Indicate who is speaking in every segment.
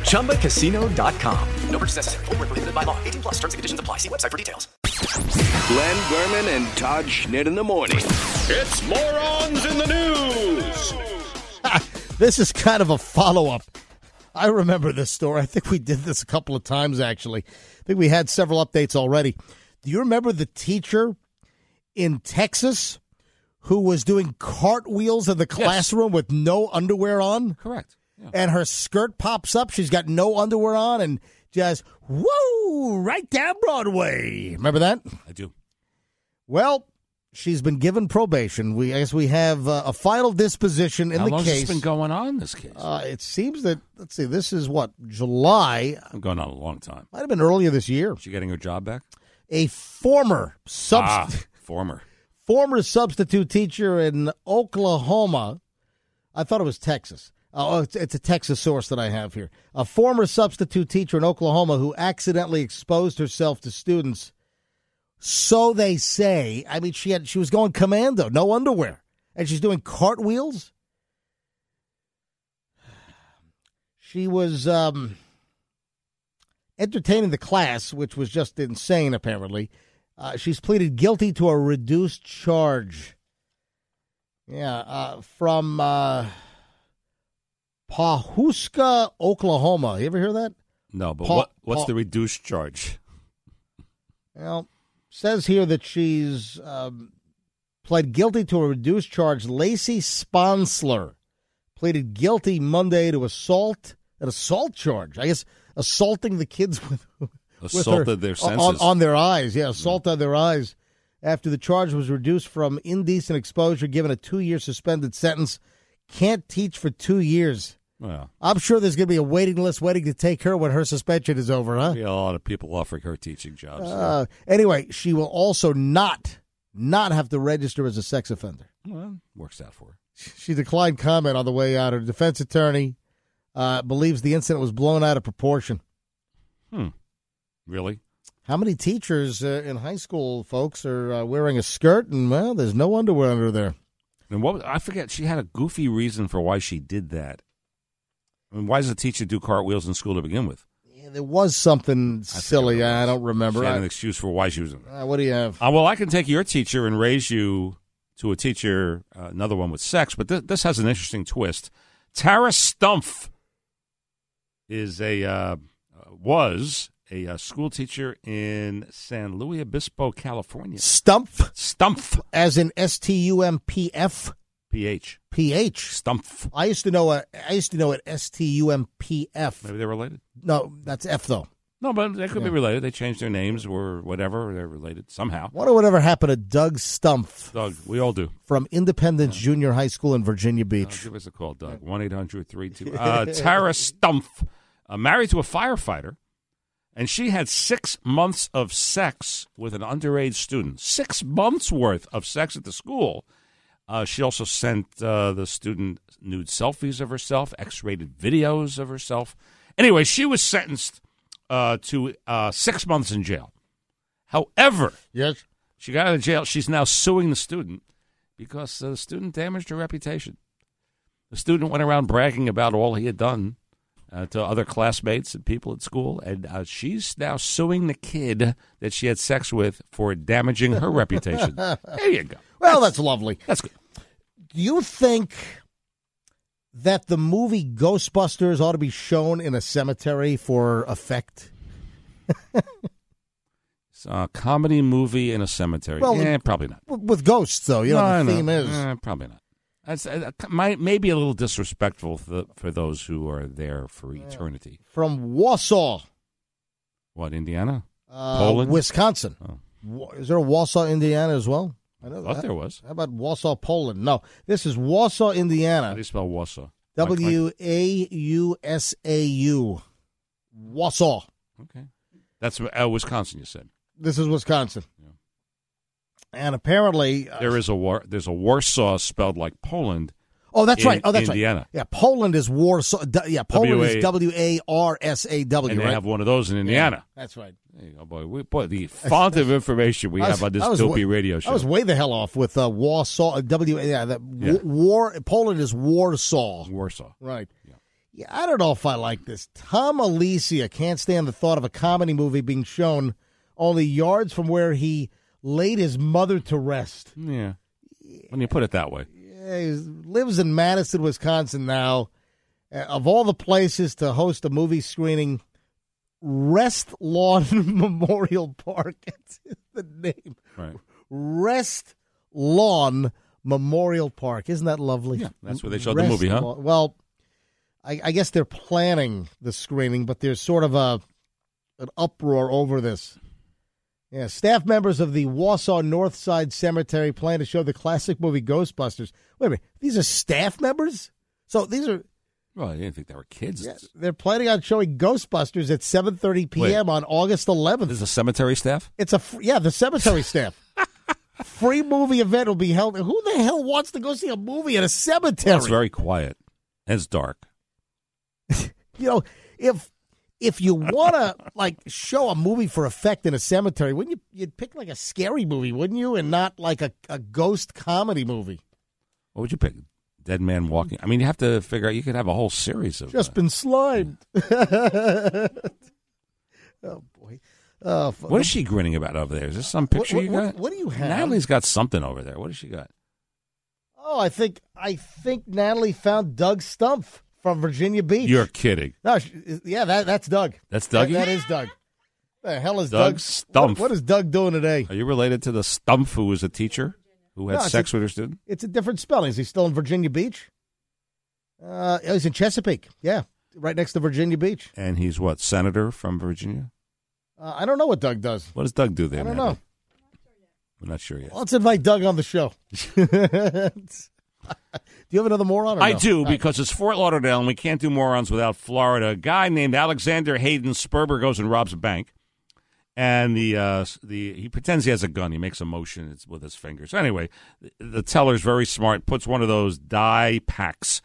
Speaker 1: ChumbaCasino.com. No purchase necessary. Void where prohibited by law. 18 plus terms and conditions apply. See website for details.
Speaker 2: Glenn Berman and Todd Schnitt in the morning.
Speaker 3: It's morons in the news.
Speaker 4: This is kind of a follow up. I remember this story. I think we did this a couple of times, actually. I think we had several updates already. Do you remember the teacher in Texas who was doing cartwheels in the classroom with no underwear on?
Speaker 5: Correct. Yeah.
Speaker 4: And her skirt pops up. She's got no underwear on and just, whoa, right down Broadway. Remember that?
Speaker 5: I do.
Speaker 4: Well, she's been given probation. We, I guess we have uh, a final disposition in
Speaker 5: How
Speaker 4: the
Speaker 5: long
Speaker 4: case.
Speaker 5: has this been going on? This case.
Speaker 4: Uh, it seems that let's see, this is what July
Speaker 5: I'm going on a long time.
Speaker 4: might have been earlier this year.
Speaker 5: Is she getting her job back?
Speaker 4: A former subst-
Speaker 5: Ah, former.
Speaker 4: former substitute teacher in Oklahoma. I thought it was Texas. Oh, it's, it's a Texas source that I have here. A former substitute teacher in Oklahoma who accidentally exposed herself to students. So they say. I mean, she had she was going commando, no underwear, and she's doing cartwheels. She was um, entertaining the class, which was just insane. Apparently, uh, she's pleaded guilty to a reduced charge. Yeah, uh, from uh, Pawhuska, Oklahoma. You ever hear that?
Speaker 5: No, but
Speaker 4: Paul-
Speaker 5: what, what's
Speaker 4: Paul-
Speaker 5: the reduced charge?
Speaker 4: Well, says here that she's um, pled guilty to a reduced charge. Lacey Sponsler pleaded guilty Monday to assault, an assault charge. I guess assaulting the kids with, with
Speaker 5: Assaulted
Speaker 4: her-
Speaker 5: their
Speaker 4: on-
Speaker 5: senses.
Speaker 4: on, their eyes. Yeah, assault on their eyes. After the charge was reduced from indecent exposure, given a two-year suspended sentence, can't teach for two years.
Speaker 5: Well,
Speaker 4: I'm sure there's going to be a waiting list waiting to take her when her suspension is over, huh?
Speaker 5: we got a lot of people offering her teaching jobs.
Speaker 4: Uh, anyway, she will also not not have to register as a sex offender.
Speaker 5: well, works out for her.
Speaker 4: She declined comment on the way out. Her defense attorney uh, believes the incident was blown out of proportion.
Speaker 5: Really?
Speaker 4: How many teachers uh, in high school, folks, are uh, wearing a skirt and well, there's no underwear under there.
Speaker 5: And what was, I forget, she had a goofy reason for why she did that. I mean, why does a teacher do cartwheels in school to begin with?
Speaker 4: Yeah, there was something
Speaker 5: I forget
Speaker 4: silly.
Speaker 5: what it
Speaker 4: I
Speaker 5: was.
Speaker 4: don't remember.
Speaker 5: She had an
Speaker 4: I,
Speaker 5: excuse for why she was. In-
Speaker 4: uh, what do you have?
Speaker 5: uh, well, I can take your teacher and raise you to a teacher, uh, another one with sex, but th- this has an interesting twist. Tara Stumpf is a uh, was a uh, school teacher in San Luis Obispo, California.
Speaker 4: Stumpf,
Speaker 5: Stumpf,
Speaker 4: as in S T U M P F
Speaker 5: PH,
Speaker 4: P H.
Speaker 5: Stumpf.
Speaker 4: I used to know a, I used to know it S T U M P F.
Speaker 5: Maybe they're related.
Speaker 4: No, that's F though.
Speaker 5: No, but they could be
Speaker 4: Yeah.
Speaker 5: related. They changed their names or whatever. They're related somehow.
Speaker 4: Wonder whatever happened to Doug Stumpf
Speaker 5: Doug, we all do.
Speaker 4: from Independence Junior High School in Virginia
Speaker 5: Uh,
Speaker 4: Beach.
Speaker 5: give us a call, Doug. 1 800 32. uh, Tara Stumpf, uh, married to a firefighter, and she had six months of sex with an underage student. Six months worth of sex at the school. Uh, she also sent uh, the student nude selfies of herself, X rated videos of herself. Anyway, she was sentenced uh, to uh, six months in jail. However,
Speaker 4: Yes.
Speaker 5: She got out of jail. She's now suing the student because uh, the student damaged her reputation. The student went around bragging about all he had done uh, to other classmates and people at school, and uh, she's now suing the kid that she had sex with for damaging her reputation. There you go.
Speaker 4: Well, that's lovely.
Speaker 5: That's good.
Speaker 4: Do you think that the movie Ghostbusters ought to be shown in a cemetery for effect?
Speaker 5: It's a comedy movie in a cemetery.
Speaker 4: Well,
Speaker 5: yeah, probably not.
Speaker 4: W- With ghosts, though, you know
Speaker 5: No,
Speaker 4: what the
Speaker 5: no,
Speaker 4: theme is.
Speaker 5: eh, probably not. That's uh, my, maybe a little disrespectful for, for those who are there for eternity.
Speaker 4: From Wausau,
Speaker 5: What Indiana?
Speaker 4: uh,
Speaker 5: Poland?
Speaker 4: Wisconsin.
Speaker 5: Oh.
Speaker 4: Wa- Is there a Wausau, Indiana, as well? I know
Speaker 5: Thought there was.
Speaker 4: How about Wausau, Poland? No, this is Wausau,
Speaker 5: How
Speaker 4: Indiana.
Speaker 5: do you spell Wausau?
Speaker 4: W A U S A U. Wausau.
Speaker 5: Okay. That's uh, Wisconsin, you said.
Speaker 4: This is Wisconsin. And apparently, uh,
Speaker 5: There is a war. There's a Warsaw spelled like Poland.
Speaker 4: oh, that's
Speaker 5: in
Speaker 4: right. Oh, that's
Speaker 5: Indiana.
Speaker 4: right. Yeah, Poland is Warsaw. D- yeah, Poland
Speaker 5: WA.
Speaker 4: is W A R S A
Speaker 5: And
Speaker 4: W.
Speaker 5: they
Speaker 4: Oh, Right.
Speaker 5: have one of those in Indiana.
Speaker 4: that's right.
Speaker 5: There you go, boy. We, boy, the font of information we
Speaker 4: I
Speaker 5: have on this
Speaker 4: I was
Speaker 5: dopey
Speaker 4: wa-
Speaker 5: radio show.
Speaker 4: I was way the hell off with uh, Warsaw. W. Yeah, that
Speaker 5: Yeah.
Speaker 4: war. Poland is Warsaw.
Speaker 5: Warsaw.
Speaker 4: Right. Yeah. I don't know if I like this. Tom Alicia can't stand the thought of a comedy movie being shown only yards from where he laid his mother to rest.
Speaker 5: Yeah. When you put it that way,
Speaker 4: Yeah, he lives in Madison, Wisconsin now. Uh, Of all the places to host a movie screening, Rest Lawn Memorial Park. That's the name.
Speaker 5: right?
Speaker 4: Rest Lawn Memorial Park. Isn't that lovely?
Speaker 5: Yeah, that's where they showed the movie, huh?
Speaker 4: Lawn- Well, I, I guess they're planning the screening, but there's sort of a an uproar over this. Yeah, staff members of the Wausau North Side Cemetery plan to show the classic movie Ghostbusters. Wait a minute, these are staff members? So these are
Speaker 5: Well, I didn't think they were kids.
Speaker 4: yeah, they're planning on showing Ghostbusters at 7:30 p.m. on August 11th.
Speaker 5: There's a cemetery staff.
Speaker 4: It's a fr- yeah, the cemetery staff. Free movie event will be held. Who the hell wants to go see a movie at a cemetery?
Speaker 5: It's very quiet. And it's dark.
Speaker 4: you know, if if you want to like show a movie for effect in a cemetery, wouldn't you? You'd pick like a scary movie, wouldn't you, and not like a, a ghost comedy movie.
Speaker 5: What would you pick? Dead man walking. I mean, you have to figure out. You could have a whole series of.
Speaker 4: Just
Speaker 5: uh,
Speaker 4: been slimed. oh boy. Oh, fu-
Speaker 5: what is she grinning about over there? Is this some picture
Speaker 4: what-
Speaker 5: you
Speaker 4: what-
Speaker 5: got?
Speaker 4: what do you have?
Speaker 5: Natalie's got something over there. What does she got?
Speaker 4: oh, I think I think Natalie found Doug Stumpf from Virginia Beach.
Speaker 5: You're kidding.
Speaker 4: No, sh yeah, that that's Doug.
Speaker 5: That's
Speaker 4: That-
Speaker 5: Dougie?
Speaker 4: that is Doug. The hell is
Speaker 5: Doug
Speaker 4: Doug,
Speaker 5: Stumpf.
Speaker 4: What, what is Doug doing today?
Speaker 5: Are you related to the Stumpf who was a teacher who had
Speaker 4: No, it's
Speaker 5: sex
Speaker 4: a-
Speaker 5: with her student?
Speaker 4: It's a different spelling. Is he still in Virginia Beach? Uh, oh, he's in Chesapeake. Yeah, right next to Virginia Beach.
Speaker 5: And he's what senator from Virginia?
Speaker 4: Uh, I don't know what Doug does.
Speaker 5: What does Doug do there?
Speaker 4: I don't
Speaker 5: Natalie?
Speaker 4: know.
Speaker 5: We're not sure yet.
Speaker 4: Let's invite Doug on the show. do you have another moron? Or
Speaker 5: I
Speaker 4: no?
Speaker 5: do because it's Fort Lauderdale, and we can't do morons without Florida. A guy named Alexander Hayden Sperber goes and robs a bank, and the uh, the he pretends he has a gun. He makes a motion it's with his fingers. Anyway, the, the teller's very smart. Puts one of those die packs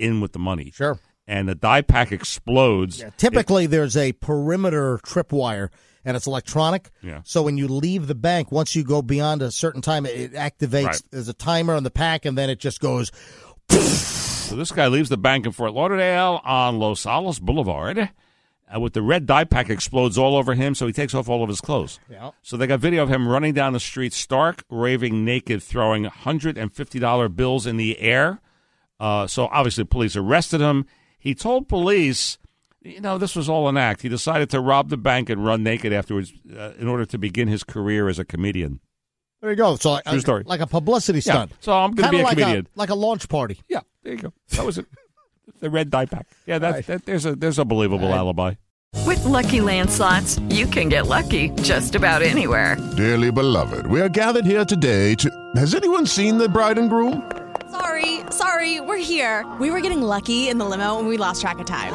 Speaker 5: in with the money.
Speaker 4: Sure.
Speaker 5: And the die pack explodes.
Speaker 4: Yeah, typically, there's a perimeter tripwire, and it's electronic.
Speaker 5: Yeah.
Speaker 4: So when you leave the bank, once you go beyond a certain time, it, it activates.
Speaker 5: Right.
Speaker 4: There's a timer on the pack, and then it just goes.
Speaker 5: So this guy leaves the bank in Fort Lauderdale on Los Alos Boulevard. Uh, with the red dye pack explodes all over him, so he takes off all of his clothes.
Speaker 4: Yeah.
Speaker 5: So they got video of him running down the street, stark, raving, naked, throwing $150 bills in the air. Uh, so obviously, police arrested him. He told police, you know, this was all an act. He decided to rob the bank and run naked afterwards uh, in order to begin his career as a comedian.
Speaker 4: There you go. So like,
Speaker 5: True story.
Speaker 4: like a publicity
Speaker 5: Yeah.
Speaker 4: stunt.
Speaker 5: So I'm gonna
Speaker 4: Kinda
Speaker 5: be a
Speaker 4: like
Speaker 5: comedian.
Speaker 4: like a launch party.
Speaker 5: Yeah, there you go. That was it. the red dye pack. Yeah, that, that there's a there's a believable alibi.
Speaker 6: With Lucky Land slots, you can get lucky just about anywhere.
Speaker 7: Dearly beloved, we are gathered here today to. Has anyone seen the bride and groom?
Speaker 8: Sorry, sorry, we're here. We were getting lucky in the limo and we lost track of time.